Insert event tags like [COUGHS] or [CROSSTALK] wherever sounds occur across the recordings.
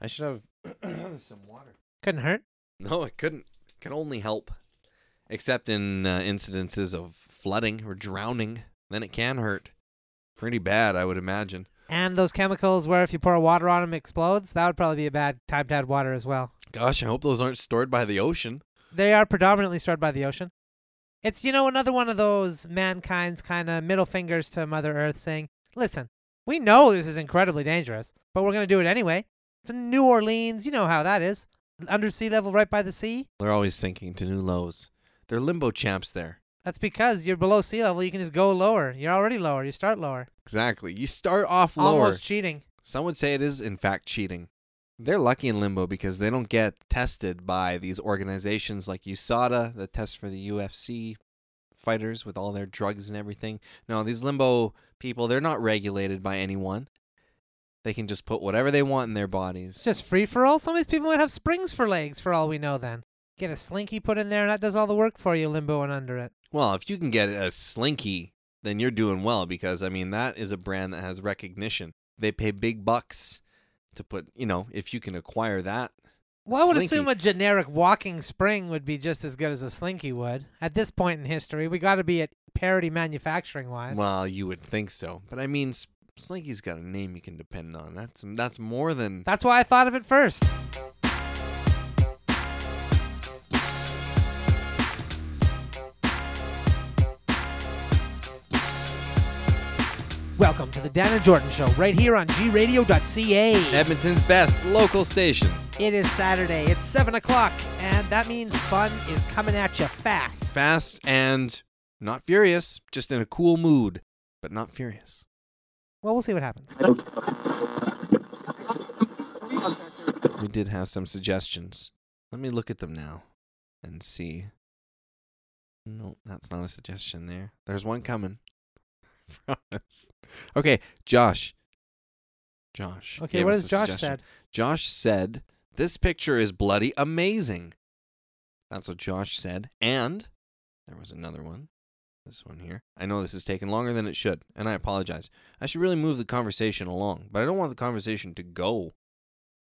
I should [CLEARS THROAT] have some water. Couldn't hurt. No, it couldn't. It can only help, except in uh, incidences of flooding or drowning. Then it can hurt pretty bad, I would imagine. And those chemicals where if you pour water on them, it explodes. That would probably be a bad time to add water as well. Gosh, I hope those aren't stored by the ocean. They are predominantly stored by the ocean. It's, you know, another one of those mankind's kind of middle fingers to Mother Earth saying, listen, we know this is incredibly dangerous, but we're going to do it anyway. It's in New Orleans. You know how that is. Under sea level, right by the sea. They're always sinking to new lows. They're limbo champs there. That's because you're below sea level. You can just go lower. You're already lower. You start lower. Exactly. You start off lower. Almost cheating. Some would say it is, in fact, cheating. They're lucky in limbo because they don't get tested by these organizations like USADA that test for the UFC fighters with all their drugs and everything. No, these limbo people, they're not regulated by anyone. They can just put whatever they want in their bodies. It's just free for all. Some of these people might have springs for legs, for all we know, then. Get a slinky put in there, and that does all the work for you, limboing under it. Well, if you can get a slinky, then you're doing well because, I mean, that is a brand that has recognition. They pay big bucks to put, you know, if you can acquire that. Well, I would Slinky. assume a generic walking spring would be just as good as a slinky would. At this point in history, we got to be at parity manufacturing wise. Well, you would think so. But I mean, S- Slinky's got a name you can depend on. That's that's more than That's why I thought of it first. Welcome to the Dan and Jordan Show, right here on gradio.ca. Edmonton's best local station. It is Saturday, it's 7 o'clock, and that means fun is coming at you fast. Fast and not furious, just in a cool mood, but not furious. Well, we'll see what happens. We did have some suggestions. Let me look at them now and see. No, that's not a suggestion there. There's one coming. [LAUGHS] Promise. Okay, Josh. Josh. Okay, gave what us has a Josh suggestion. said? Josh said, This picture is bloody amazing. That's what Josh said. And there was another one. This one here. I know this is taking longer than it should, and I apologize. I should really move the conversation along, but I don't want the conversation to go.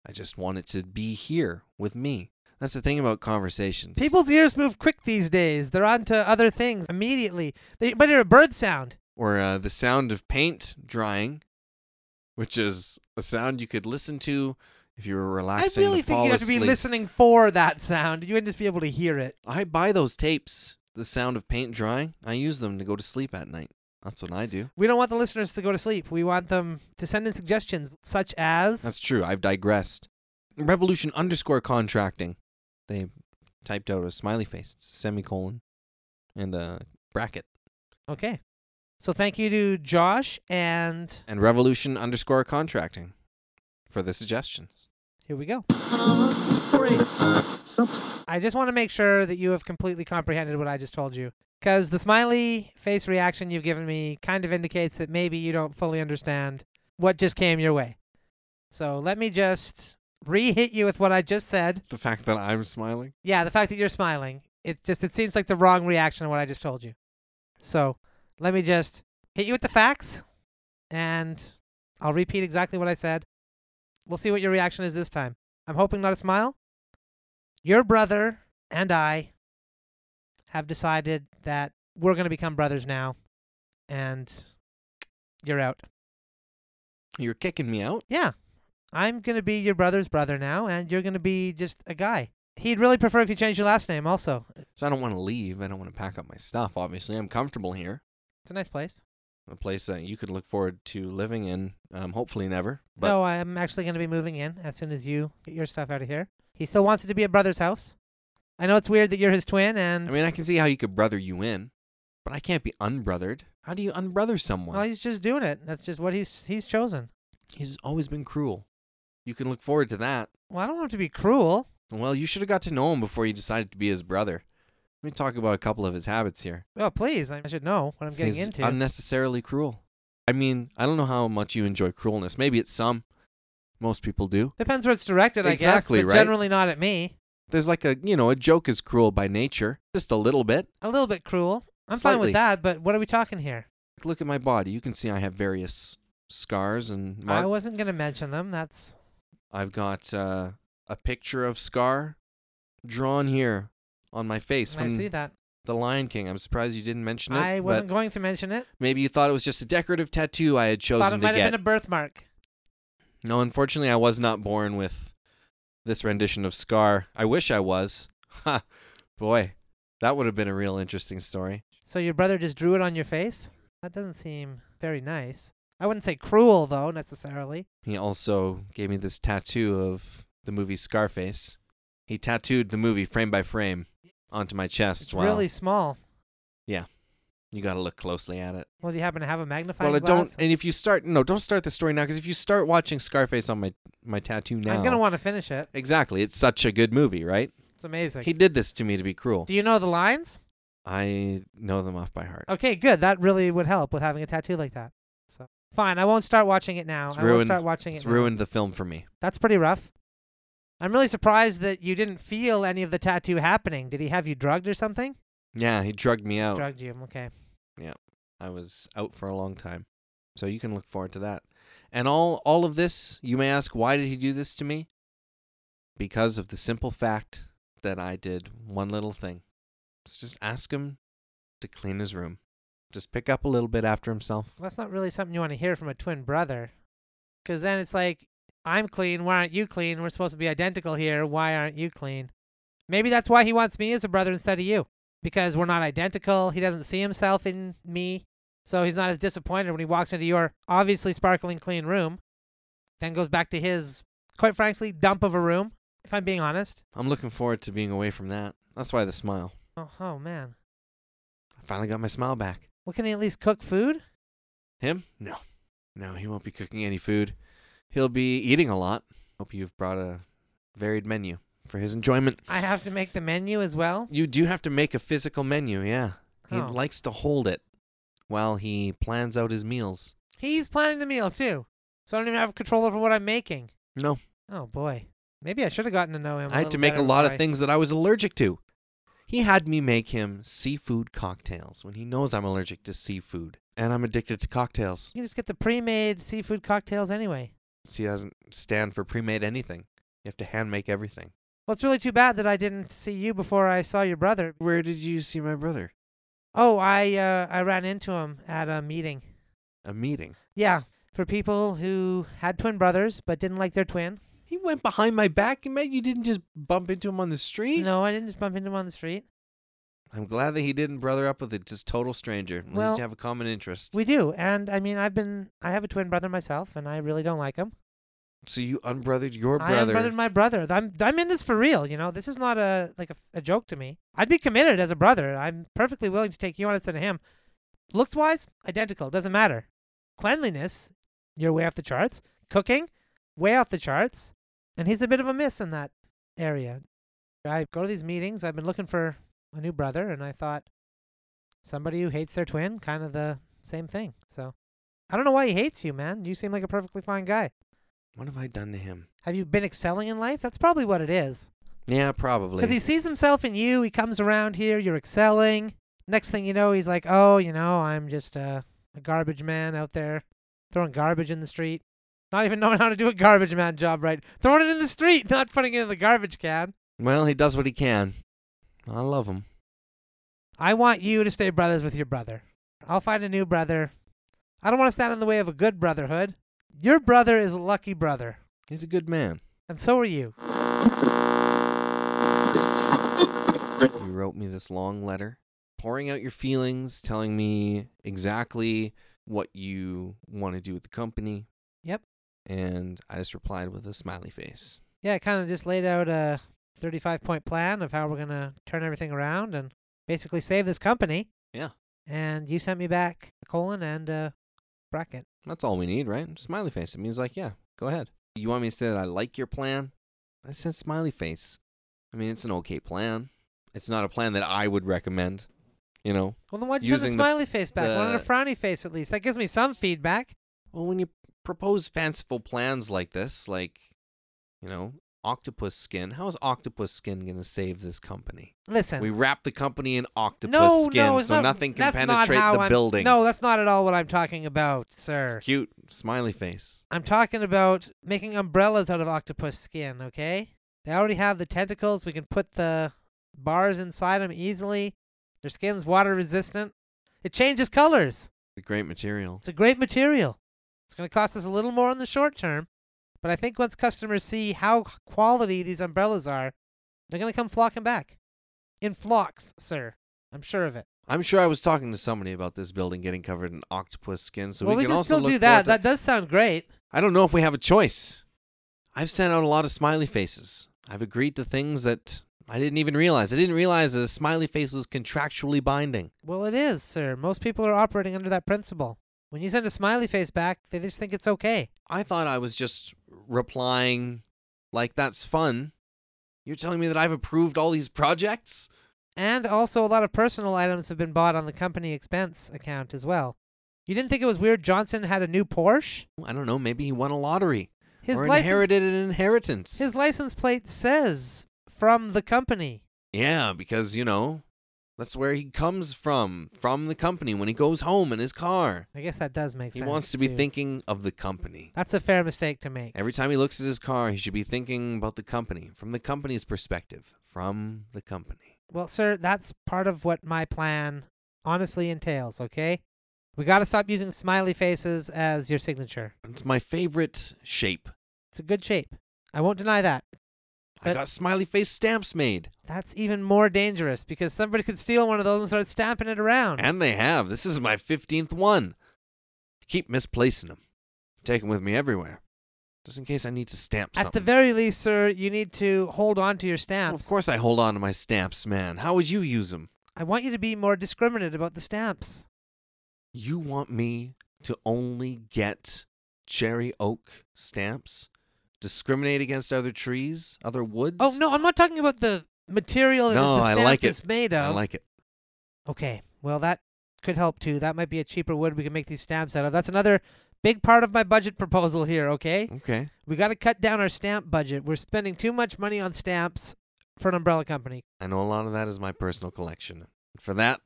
I just want it to be here with me. That's the thing about conversations. People's ears move quick these days. They're on to other things immediately. They but hear a bird sound. or uh, the sound of paint drying, which is a sound you could listen to if you were relaxing. I really to fall think you have to be asleep. listening for that sound. You would just be able to hear it. I buy those tapes, the sound of paint drying. I use them to go to sleep at night. That's what I do. We don't want the listeners to go to sleep. We want them to send in suggestions such as That's true. I've digressed. Revolution underscore contracting. They typed out a smiley face, it's a semicolon, and a bracket. Okay. So thank you to Josh and And revolution underscore contracting for the suggestions. here we go. I just want to make sure that you have completely comprehended what I just told you. Because the smiley face reaction you've given me kind of indicates that maybe you don't fully understand what just came your way. So let me just re hit you with what I just said. The fact that I'm smiling. Yeah, the fact that you're smiling, it just it seems like the wrong reaction to what I just told you. So let me just hit you with the facts and I'll repeat exactly what I said. We'll see what your reaction is this time. I'm hoping not a smile. Your brother and I have decided that we're going to become brothers now and you're out. You're kicking me out? Yeah. I'm going to be your brother's brother now and you're going to be just a guy. He'd really prefer if you changed your last name also. So I don't want to leave. I don't want to pack up my stuff, obviously. I'm comfortable here. It's a nice place. A place that you could look forward to living in, um, hopefully never. But no, I'm actually going to be moving in as soon as you get your stuff out of here. He still wants it to be a brother's house. I know it's weird that you're his twin, and I mean, I can see how you could brother you in, but I can't be unbrothered. How do you unbrother someone? well, he's just doing it. That's just what he's he's chosen. He's always been cruel. You can look forward to that. Well, I don't want him to be cruel. Well, you should have got to know him before you decided to be his brother. Let me talk about a couple of his habits here. Well, Oh, please, I should know what I'm getting He's into. unnecessarily cruel. I mean, I don't know how much you enjoy cruelness. Maybe it's some. Most people do. Depends where it's directed, I guess. Exactly, but right? Generally not at me. There's like a, you know, a joke is cruel by nature, just a little bit. A little bit cruel. I'm fine Slightly. with that, but what are we talking here? Look at my body. You can see I have various scars and I marks. wasn't going to mention them. That's I've got uh, a picture of Scar drawn here on my face I from see that. The Lion King. I'm surprised you didn't mention it. I but wasn't going to mention it. maybe you thought it was just a decorative tattoo I had Thought chosen it to might have get. been a birthmark. No, unfortunately, I was not born with this rendition of Scar. I wish I was. [LAUGHS] Ha, boy, that would have been a real interesting story. So your brother just drew it on your face? That doesn't seem very nice. I wouldn't say cruel though necessarily. He also gave me this tattoo of the movie Scarface. He tattooed the movie frame by frame onto my chest. It's while- really small. you got to look closely at it. Well, do you happen to have a magnifying Well, I don't. glass? And if you start, no, don't start the story now, because if you start watching Scarface on my my tattoo now, I'm gonna want to finish it. exactly, it's such a good movie, right? It's amazing. He did this to me to be cruel. do you know the lines? I know them off by heart. Okay, good. That really would help with having a tattoo like that. So fine, I won't start watching it now. It's I won't ruined. start watching It's it. now. ruined the film for me. That's pretty rough. I'm really surprised that you didn't feel any of the tattoo happening. Did he have you drugged or something? Yeah, he drugged me out. Drugged you. Okay. I was out for a long time. So you can look forward to that. And all all of this, you may ask, why did he do this to me? Because of the simple fact that I did one little thing. It's just ask him to clean his room. Just pick up a little bit after himself. Well, that's not really something you want to hear from a twin brother. Because then it's like, I'm clean. Why aren't you clean? We're supposed to be identical here. Why aren't you clean? Maybe that's why he wants me as a brother instead of you. Because we're not identical. He doesn't see himself in me. So he's not as disappointed when he walks into your obviously sparkling clean room, then goes back to his, quite frankly, dump of a room, if I'm being honest. I'm looking forward to being away from that. That's why the smile. Oh, oh man. I finally got my smile back. Well, can he at least cook food? Him? No. No, he won't be cooking any food. He'll be eating a lot. Hope you've brought a varied menu for his enjoyment. I have to make the menu as well. You do have to make a physical menu, yeah. He Oh. likes to hold it while he plans out his meals. He's planning the meal too. So I don't even have control over what I'm making. No, Oh boy. Maybe I should have gotten to know him. I I had to make a lot of things that I was allergic to. He had me make him seafood cocktails when he knows I'm allergic to seafood and I'm addicted to cocktails. You can just get the pre-made seafood cocktails anyway. See, he doesn't stand for pre made anything. You have to hand make everything. Well, it's really too bad that I didn't see you before I saw your brother. Where did you see my brother? Oh, I uh, I ran into him at a meeting. A meeting. Yeah, for people who had twin brothers but didn't like their twin. He went behind my back and met you didn't just bump into him on the street. No, I didn't just bump into him on the street. I'm glad that he didn't brother up with a just total stranger. At least Well- you have a common interest. We do, and I mean, I've been I have a twin brother myself, and I really don't like him. So you unbrothered your I brother. unbrothered my brother. I'm I'm in this for real. You know, this is not a like a, a joke to me. I'd be committed as a brother. I'm perfectly willing to take you on instead of him. Looks wise, identical. Doesn't matter. Cleanliness, you're way off the charts. Cooking, way off the charts. And he's a bit of a miss in that area. I go to these meetings. I've been looking for a new brother, and I thought somebody who hates their twin, kind of the same thing. So I don't know why he hates you, man. You seem like a perfectly fine guy. what have I done to him? Have you been excelling in life? That's probably what it is. Yeah, Because probably. he sees himself in you. He comes around here. You're excelling. Next thing you know, he's like, oh, you know, I'm just a, a garbage man out there throwing garbage in the street. Not even knowing how to do a garbage man job right. Throwing it in the street, [LAUGHS] not putting it in the garbage can. well, he does what he can. I love him. I want you to stay brothers with your brother. I'll find a new brother. I don't want to stand in the way of a good brotherhood. Your brother is a lucky brother, He's a good [COUGHS] man. and so are you. You wrote me this long letter, pouring out your feelings, telling me exactly what you want to do with the company. Yep. And I just replied with a smiley face. yeah, it kind of just laid out a 35 point plan of how we're going to turn everything around and basically save this company. Yeah. And you sent me back a colon and a bracket. That's all we need, right? Smiley face. It means like, yeah, go ahead. You want me to say that I like your plan? I said smiley face. I mean, it's an okay plan. It's not a plan that I would recommend. You know. Well, then why'd you send a Using the- smiley face back? Wanted a the- frowny face at least. That gives me some feedback. Well, when you propose fanciful plans like this, like, you know, octopus skin. How is octopus skin going to save this company? Listen. We wrap the company in octopus no, skin no, it's so not, nothing can that's not penetrate how the I'm- building. No, that's not at all what I'm talking about, It's sir. cute. Smiley face. I'm talking about making umbrellas out of octopus skin, okay? They already have the tentacles. We can put the bars inside them easily. Their skin's water resistant. It changes colors. The great material. It's a great material. It's going to cost us a little more in the short term, but I think once customers see how quality these umbrellas are, they're going to come flocking back. In flocks, sir. I'm sure of it. I'm sure I was talking to somebody about this building getting covered in octopus skin, so well, we, we, can, can, also still look do that. forward to- That does sound great. I don't know if we have a choice. I've sent out a lot of smiley faces. I've agreed to things that I didn't even realize. I didn't realize that a smiley face was contractually binding. Well, it is, sir. Most people are operating under that principle. When you send a smiley face back, they just think it's okay. I thought I was just replying, like, that's fun. You're telling me that I've approved all these projects? And also, a lot of personal items have been bought on the company expense account as well. You didn't think it was weird Johnson had a new Porsche? I don't know. Maybe he won a lottery His or license inherited an inheritance. His license plate says from the company. yeah, because, you know, that's where he comes from, from the company when he goes home in his car. I guess that does make He sense. wants to be too. thinking of the company. That's a fair mistake to make. Every time he looks at his car, he should be thinking about the company from the company's perspective, from the company. Well, sir, that's part of what my plan honestly entails, okay? We got to stop using smiley faces as your signature. It's my favorite shape. It's a good shape. I won't deny that. I But- got smiley face stamps made. That's even more dangerous because somebody could steal one of those and start stamping it around. And they have. This is my 15th one. Keep misplacing them. Take them with me everywhere. Just in case I need to stamp At the something. very least, sir, you need to hold on to your Well, stamps. of course I hold on to my stamps, man. How would you use them? I want you to be more discriminate about the stamps. You want me to only get cherry oak stamps? Discriminate against other trees, other woods? Oh no, I'm not talking about the material that No, the I stamp like it. is made I of. like it. okay, well that could help too. That might be a cheaper wood we can make these stamps out of. That's another big part of my budget proposal here. Okay, Okay. we got to cut down our stamp budget. We're spending too much money on stamps for an umbrella company. I know a lot of that is my personal collection. For that,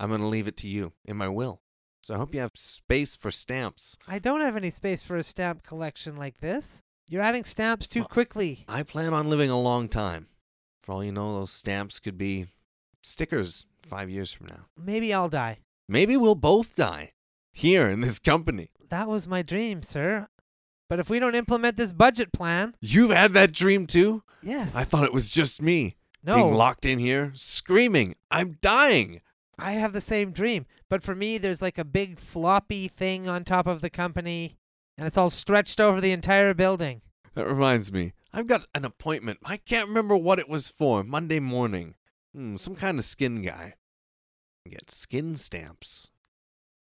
I'm going to leave it to you in my will. So I hope you have space for stamps. I don't have any space for a stamp collection like this. You're adding stamps too Well, quickly. I plan on living a long time. For all you know, those stamps could be stickers five years from now. Maybe I'll die. Maybe we'll both die here in this company. That was my dream, sir. But if we don't implement this budget plan, You've had that dream too? yes, I thought it was just me no, being locked in here, screaming, I'm dying. I have the same dream, but for me, there's like a big floppy thing on top of the company, and it's all stretched over the entire building. That reminds me. I've got an appointment. I can't remember what it was for. Monday morning. Hmm, some kind of skin guy. Get skin stamps.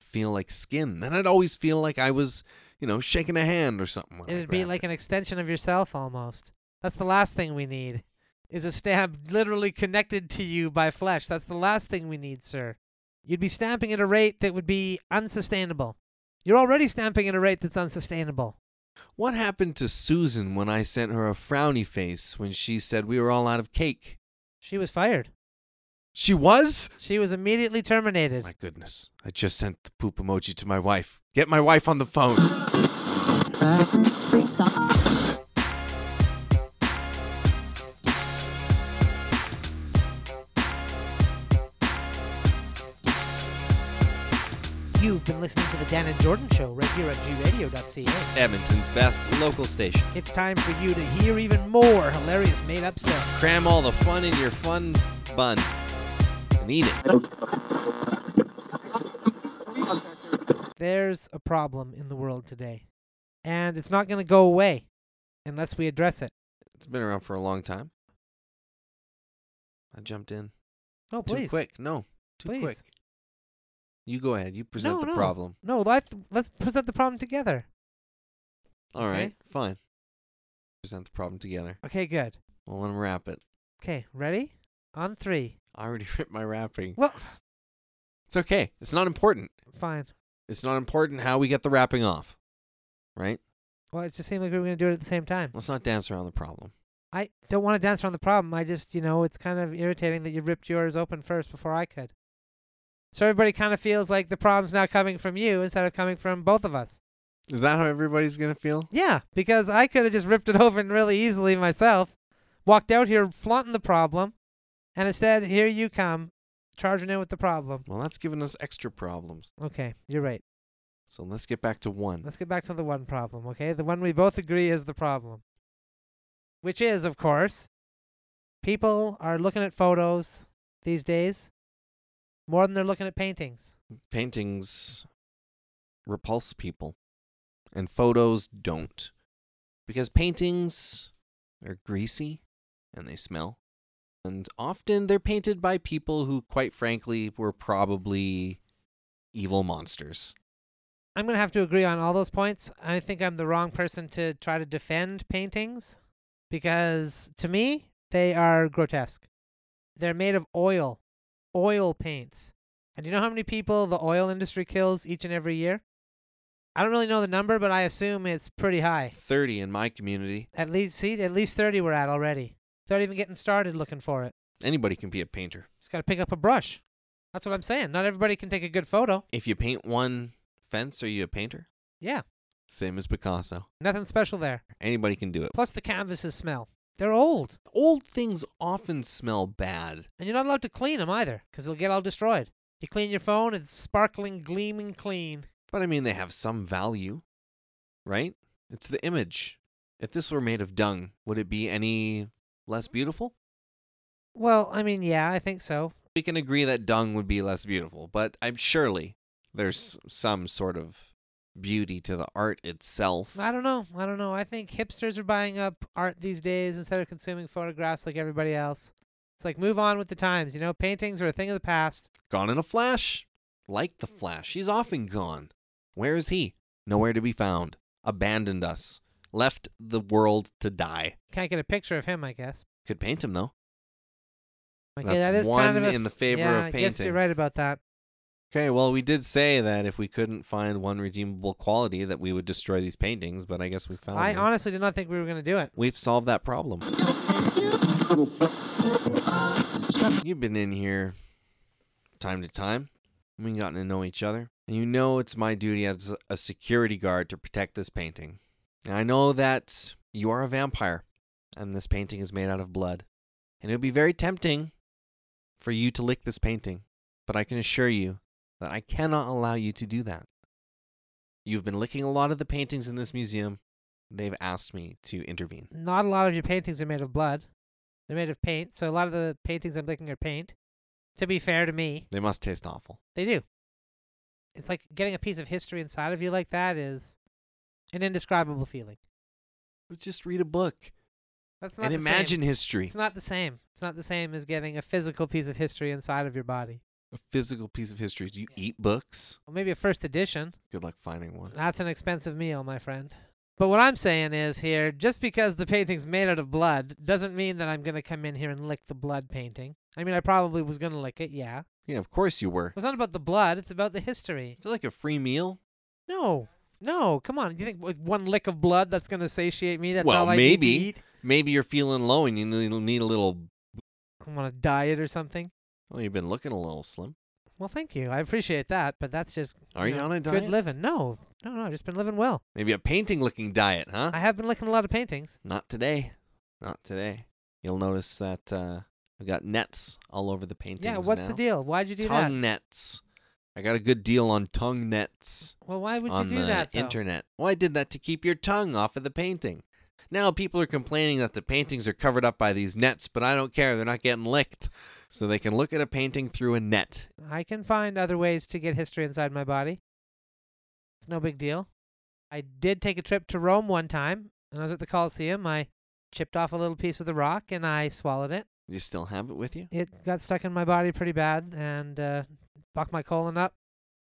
Feel like skin. Then I'd always feel like I was, you know, shaking a hand or something. when I It'd be grabbed like it. an extension of yourself almost. That's the last thing we need. Is a stamp [LAUGHS] literally connected to you by flesh? That's the last thing we need, sir. You'd be stamping at a rate that would be unsustainable. You're already stamping at a rate that's unsustainable. What happened to Susan when I sent her a frowny face when she said we were all out of cake? She was fired. She was? She was immediately terminated. My goodness. I just sent the poop emoji to my wife. Get my wife on the phone. Free socks. You've been listening to the Dan and Jordan Show right here on gradio.ca. Edmonton's best local station. It's time for you to hear even more hilarious made up stuff. Cram all the fun in your fun bun and eat it. There's a problem in the world today, and it's not going to go away unless we address it. It's been around for a long time. I jumped in No, too please. quick. No, too Please. quick. You go ahead. You present No, the no. problem. No, let's, let's present the problem together. All right, Okay. fine. Present the problem together. Okay, good. I'll unwrap it. Okay, ready? On three. I already [LAUGHS] ripped my wrapping. Well, It's okay. It's not important. fine. It's not important how we get the wrapping off. Right? Well, it just seemed like we were going to do it at the same time. Let's not dance around the problem. I don't want to dance around the problem. I just, you know, it's kind of irritating that you ripped yours open first before I could. So everybody kind of feels like the problem's now coming from you instead of coming from both of us. Is that how everybody's gonna feel? Yeah, because I could have just ripped it [LAUGHS] open really easily myself, walked out here flaunting the problem, and instead here you come charging in with the problem. Well, that's giving us extra problems. Okay, you're right. So let's get back to one. Let's get back to the one problem, okay? The one we both agree is the problem. Which is, of course, people are looking at photos these days more than they're looking at paintings. Paintings repulse people, and photos don't. Because paintings are greasy and they smell. And often they're painted by people who, quite frankly, were probably evil monsters. I'm going to have to agree on all those points. I think I'm the wrong person to try to defend paintings because to me, they are grotesque. They're made of oil, oil paints. And do you know how many people the oil industry kills each and every year? I don't really know the number, but I assume it's pretty high. 30 in my community. At least, see, at least 30 we're at already. Without even getting started looking for it. Anybody can be a painter. Just got to pick up a brush. That's what I'm saying. Not everybody can take a good photo. If you paint one fence, are you a painter? Yeah, Same as Picasso. nothing special there. Anybody can do it. Plus the canvases smell. They're old, Old things often smell bad. and you're not allowed to clean them either, 'cause they'll get all destroyed. You clean your phone, it's sparkling, gleaming clean. But I mean, they have some value, right? It's the image. If this were made of dung, would it be any less beautiful? Well, I mean, yeah, I think so. We can agree that dung would be less beautiful, but I'm surely there's some sort of beauty to the art itself. I don't know. I don't know. I think hipsters are buying up art these days instead of consuming photographs like everybody else. It's like move on with the times, you know? Paintings are a thing of the past. Gone in a flash. Like the Flash, he's often gone. Where is he? Nowhere to be found. Abandoned us. Left the world to die. Can't get a picture of him, I guess. Could paint him though. Like, That's that is kind one of a in the f- favor of yeah, I guess you're painting. right about that. Okay, well, we did say that if we couldn't find one redeemable quality, that we would destroy these paintings, but I guess we found I one. honestly did not think we were going to do it. We've solved that problem. You've been in here time to time. We've gotten to know each other. And you know it's my duty as a security guard to protect this painting. And I know that you are a vampire, and this painting is made out of blood. And it would be very tempting for you to lick this painting, but I can assure you that I cannot allow you to do that. You've been licking a lot of the paintings in this museum. They've asked me to intervene. not a lot of your paintings are made of blood. They're made of paint, so a lot of the paintings I'm licking are paint. To be fair to me, They must taste awful. they do. It's like getting a piece of history inside of you like that is an indescribable feeling. But just read a book That's not and the same. imagine history. It's not the same. It's not the same as getting a physical piece of history inside of your body. A physical piece of history. Do you eat books? Well, maybe a first edition. Good luck finding one. That's an expensive meal, my friend. But what I'm saying is here, just because the painting's made out of blood doesn't mean that I'm going to come in here and lick the blood painting. I mean, I probably was going to lick it, yeah. Yeah, of course you were. It's not about the blood. It's about the history. Is it like a free meal? No, no, come on. Do you think with one lick of blood that's gonna satiate me? That's Well, all I maybe. need to eat. Maybe you're feeling low and you need need a little. I'm on a diet or something. Well, you've been looking a little slim. Well, thank you. I appreciate that, but that's just Are you know, on a Good diet? living. No, no, no. I've just been living well. Maybe a painting looking diet, huh? I have been licking a lot of paintings. Not today. Not today. You'll notice that uh, I've got nets all over the paintings. yeah. What's now. the deal? Why'd you do tongue that? nets. I got a good deal on tongue nets Well, why would you on do the that? though? internet. Well, I did that to keep your tongue off of the painting. Now people are complaining that the paintings are covered up by these nets, but I don't care. They're not getting licked, so they can look at a painting through a net. I can find other ways to get history inside my body. It's no big deal. I did take a trip to Rome one time, and I was at the Colosseum. I chipped off a little piece of the rock and I swallowed it. You still have it with you? It got stuck in my body pretty bad and uh, fucked my colon up.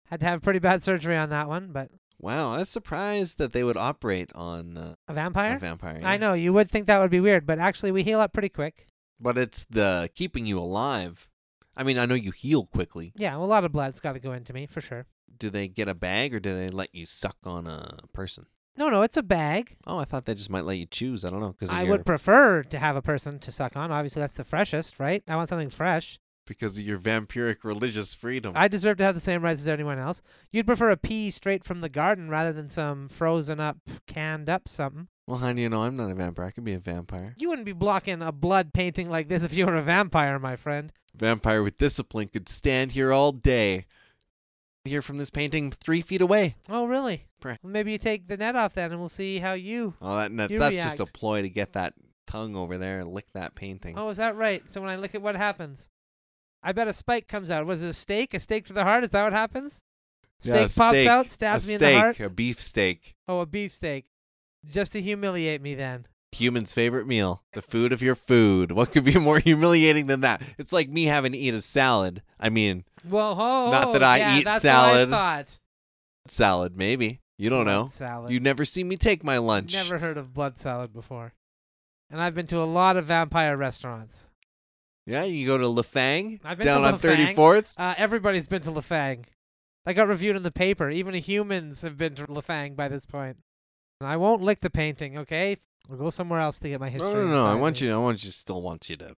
Had to have pretty bad surgery on that one, but Wow, I was surprised that they would operate on uh, a vampire? a vampire. I yeah. know, you would think that would be weird, but actually, we heal up pretty quick. but it's the keeping you alive. I mean, I know you heal quickly. Yeah, well, a lot of blood's got to go into me, for sure. Do they get a bag or do they let you suck on a person? No, no, it's a bag. Oh, I thought they just might let you choose. I don't know because I would prefer to have a person to suck on. Obviously, that's the freshest, right? I want something fresh. [LAUGHS] because of your vampiric religious freedom. I deserve to have the same rights as anyone else. You'd prefer a pea straight from the garden rather than some frozen up, canned up something. well, how do you know I'm not a vampire? I could be a vampire. You wouldn't be blocking a blood painting like this if you were a vampire, my friend. Vampire with discipline could stand here all day. Here from this painting, three feet away. Oh, really? Pre- Well, maybe you take the net off then, and we'll see how you. Oh, that nuts. You That's just a react. ploy to get that tongue over there and lick that painting. Oh, is that right? So when I look at what happens, I bet a spike comes out. Was it a steak? A steak to the heart? Is that what happens? Steak Yeah, a pops steak. out, a stabs me steak, in the heart. a beef steak. Oh, a beefsteak. Just to humiliate me then. Human's favorite meal, the food of your food. What could be [LAUGHS] more humiliating than that? It's like me having to eat a salad. I mean, Well, ho, Not ho, that I yeah, eat that's salad. What I thought. salad, maybe. You don't know. Blood Salad. You never see me take my lunch. Never heard of blood salad before. And I've been to a lot of vampire restaurants. Yeah, you go to La Fang I've been down to on La Fang. 34th. Uh, everybody's been to Lafang. I got reviewed in the paper. Even humans have been to Lafang by this point. And I won't lick the painting, okay? I'll go somewhere else to get my history. No, no, no. I inside want me. you. I want you. Still want you to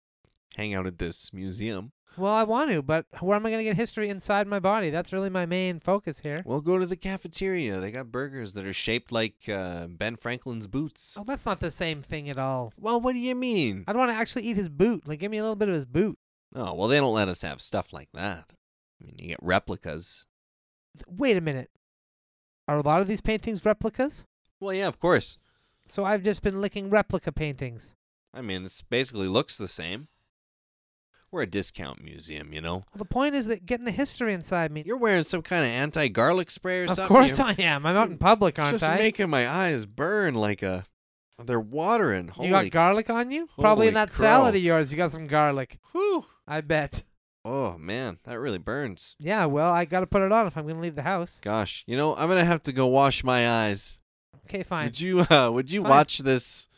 hang out at this museum. Well, I want to, but where am I going to get history inside my body? That's really my main focus here. Well, go to the cafeteria. They got burgers that are shaped like uh, Ben Franklin's boots. Oh, that's not the same thing at all. Well, what do you mean? I'd want to actually eat his boot. Like, give me a little bit of his boot. Oh, well, they don't let us have stuff like that. I mean, you get replicas. Wait a minute. Are a lot of these paintings replicas? Well, yeah, of course. So I've just been licking replica paintings. I mean, it's basically looks the same. We're a discount museum, you know. Well, the point is that getting the history inside me. You're wearing some kind of anti-garlic spray or of something. course You're I am. I'm out in public, aren't just I? making my eyes burn like a. They're watering. Holy you got garlic on you? Probably in holy that salad crow. of yours, you got some garlic. whew. I bet. Oh man, that really burns. Yeah, well, I got to put it on if I'm going to leave the house. Gosh, you know, I'm gonna have to go wash my eyes. Okay, fine. Would you uh would you Fine. watch this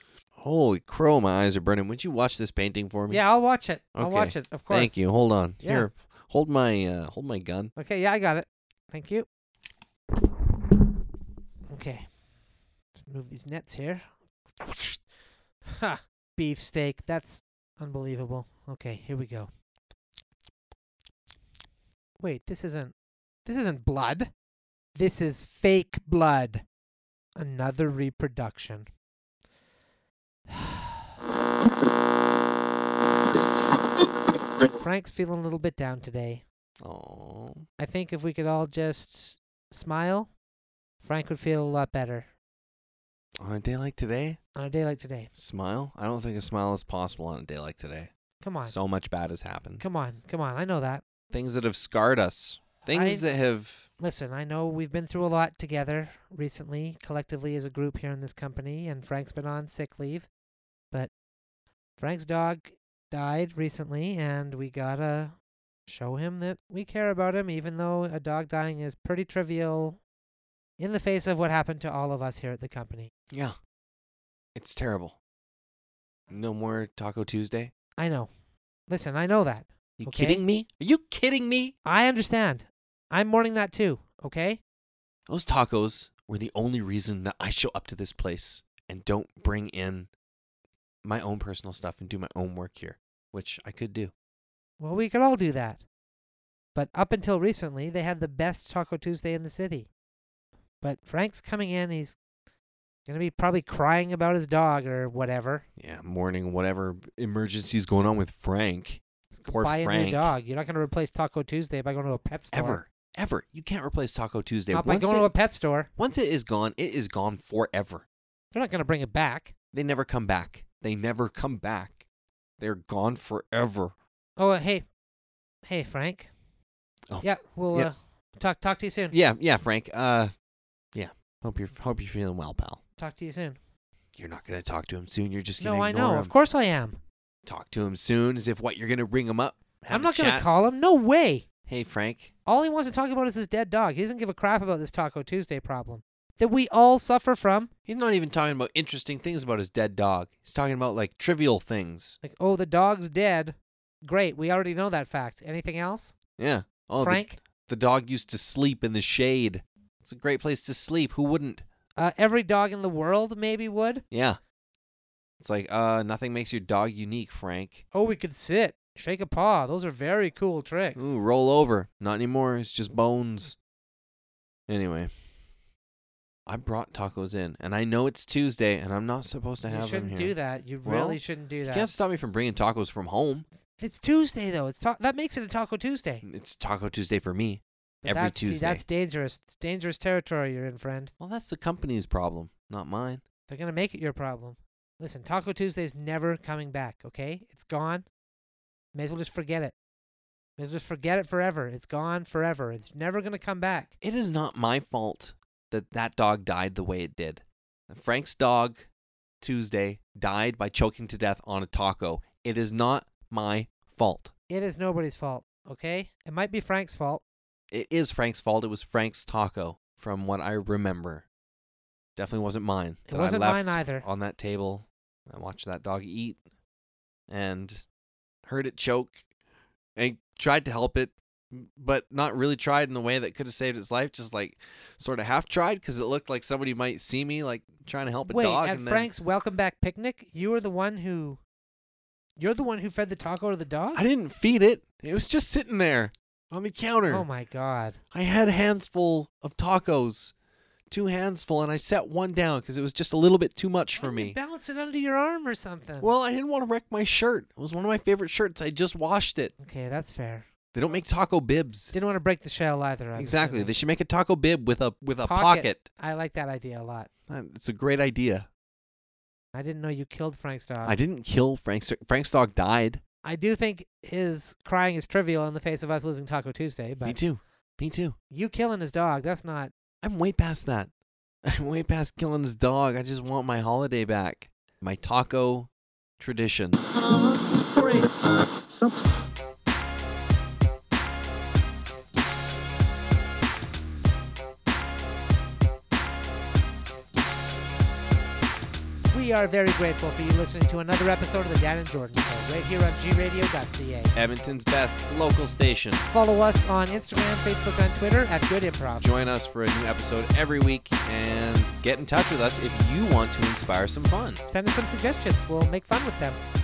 Holy crow, my eyes are burning. Would you watch this painting for me? Yeah, I'll watch it. I'll Okay. watch it, of course. Thank you. Hold on. Yeah. Here. Hold my uh hold my gun. Okay, yeah, I got it. Thank you. Okay. Let's move these nets here. [SIGHS] Ha! Beefsteak. That's unbelievable. Okay, here we go. Wait, this isn't this isn't blood. This is fake blood. Another reproduction. [SIGHS] Frank's feeling a little bit down today. Oh. I think if we could all just s- smile, Frank would feel a lot better On a day like today? on a day like today. Smile? I don't think a smile is possible on a day like today. Come on. So much bad has happened. come on. Come on. I know that. Things that have scarred us. Things I- that have Listen, I know we've been through a lot together recently, collectively as a group here in this company, and Frank's been on sick leave. But Frank's dog died recently, and we gotta show him that we care about him, even though a dog dying is pretty trivial in the face of what happened to all of us here at the company. Yeah. It's terrible. No more Taco Tuesday? I know. Listen, I know that. You Okay. kidding me? Are you kidding me? I understand. I'm mourning that too, okay? Those tacos were the only reason that I show up to this place and don't bring in my own personal stuff and do my own work here, which I could do. Well, we could all do that. But up until recently, they had the best Taco Tuesday in the city. But Frank's coming in, he's going to be probably crying about his dog or whatever. Yeah, morning, whatever emergency's going on with Frank. Poor Buy a Frank. new dog. You're not going to replace Taco Tuesday by going to a pet store. Ever, ever. You can't replace Taco Tuesday. Not by Once going to it, a pet store. once it is gone, it is gone forever. They're not going to bring it back. They never come back. They never come back. They're gone forever. Oh, uh, hey. Hey, Frank. Oh, Yeah, we'll yeah. Uh, talk, talk to you soon. Yeah, yeah, Frank. Uh, yeah. Hope you're hope you're feeling well, pal. Talk to you soon. You're not gonna talk to him soon. You're just gonna No, I ignore know. him. Of course I am. talk to him soon as if what you're gonna ring him up. have I'm a not going to chat. call him. No way. Hey Frank, All he wants to talk about is his dead dog. He doesn't give a crap about this Taco Tuesday problem that we all suffer from. he's not even talking about interesting things about his dead dog. He's talking about like trivial things. Like, oh, the dog's dead. Great. We already know that fact. Anything else? Yeah. Oh, the- Frank? the, dog used to sleep in the shade. It's a great place to sleep. Who wouldn't? Uh, every dog in the world maybe would. Yeah. It's like, uh, nothing makes your dog unique, Frank. Oh, we could sit, shake a paw. Those are very cool tricks. Ooh, roll over. Not anymore. It's just bones. Anyway, I brought tacos in, and I know it's Tuesday, and I'm not supposed to you have them shouldn't here. do that. You Well, really shouldn't do You that. can't stop me from bringing tacos from home. It's Tuesday though. It's ta- that makes it a Taco Tuesday. It's Taco Tuesday for me. But Every that's, see, Tuesday. that's dangerous. It's dangerous territory you're in, friend. Well, that's the company's problem, not mine. They're gonna make it your problem. Listen, Taco Tuesday is never coming back. Okay, it's gone. May as well just forget it. May as well just forget it forever. It's gone forever. It's never gonna come back. It is not my fault that that dog died the way it did. Frank's dog, Tuesday, died by choking to death on a taco. It is not my fault. It is nobody's fault. Okay, it might be Frank's fault. It is Frank's fault. It was Frank's taco, from what I remember. Definitely wasn't mine. It that I wasn't left mine either. On that table, I watched that dog eat, and heard it choke, and tried to help it, but not really tried in the way that could have saved its life. Just like sort of half tried because it looked like somebody might see me like trying to help a Wait, dog. at and Frank's welcome back picnic, you were the one who. You're the one who fed the taco to the dog. then I didn't feed it. It was just sitting there on the counter. Oh my god. I had hands full of tacos, two hands full, and I set one down because it was just a little bit too much Why for don't you me. balance it under your arm or something. Well, I didn't want to wreck my shirt. It was one of my favorite shirts. I just washed it. okay, that's fair. They don't make taco bibs. Didn't want to break the shell either. I'm Exactly. They assuming. should make a taco bib with a with a Pocket. pocket. I like that idea a lot. Uh, It's a great idea. I didn't know you killed Frank's dog. I didn't kill Frank's Frank's dog died. I do think his crying is trivial in the face of us losing Taco Tuesday, Me but too. Me too. you killing his dog, that's not. I'm way past that. [LAUGHS] I'm way past killing this dog. I just want my holiday back. My taco tradition. We are very grateful for you listening to another episode of the Dan and Jordan Show right here on gradio.ca. Edmonton's best local station. Follow us on Instagram, Facebook, and Twitter at Good Improv. Join us for a new episode every week and get in touch with us if you want to inspire some fun. Send us some suggestions. We'll make fun with them.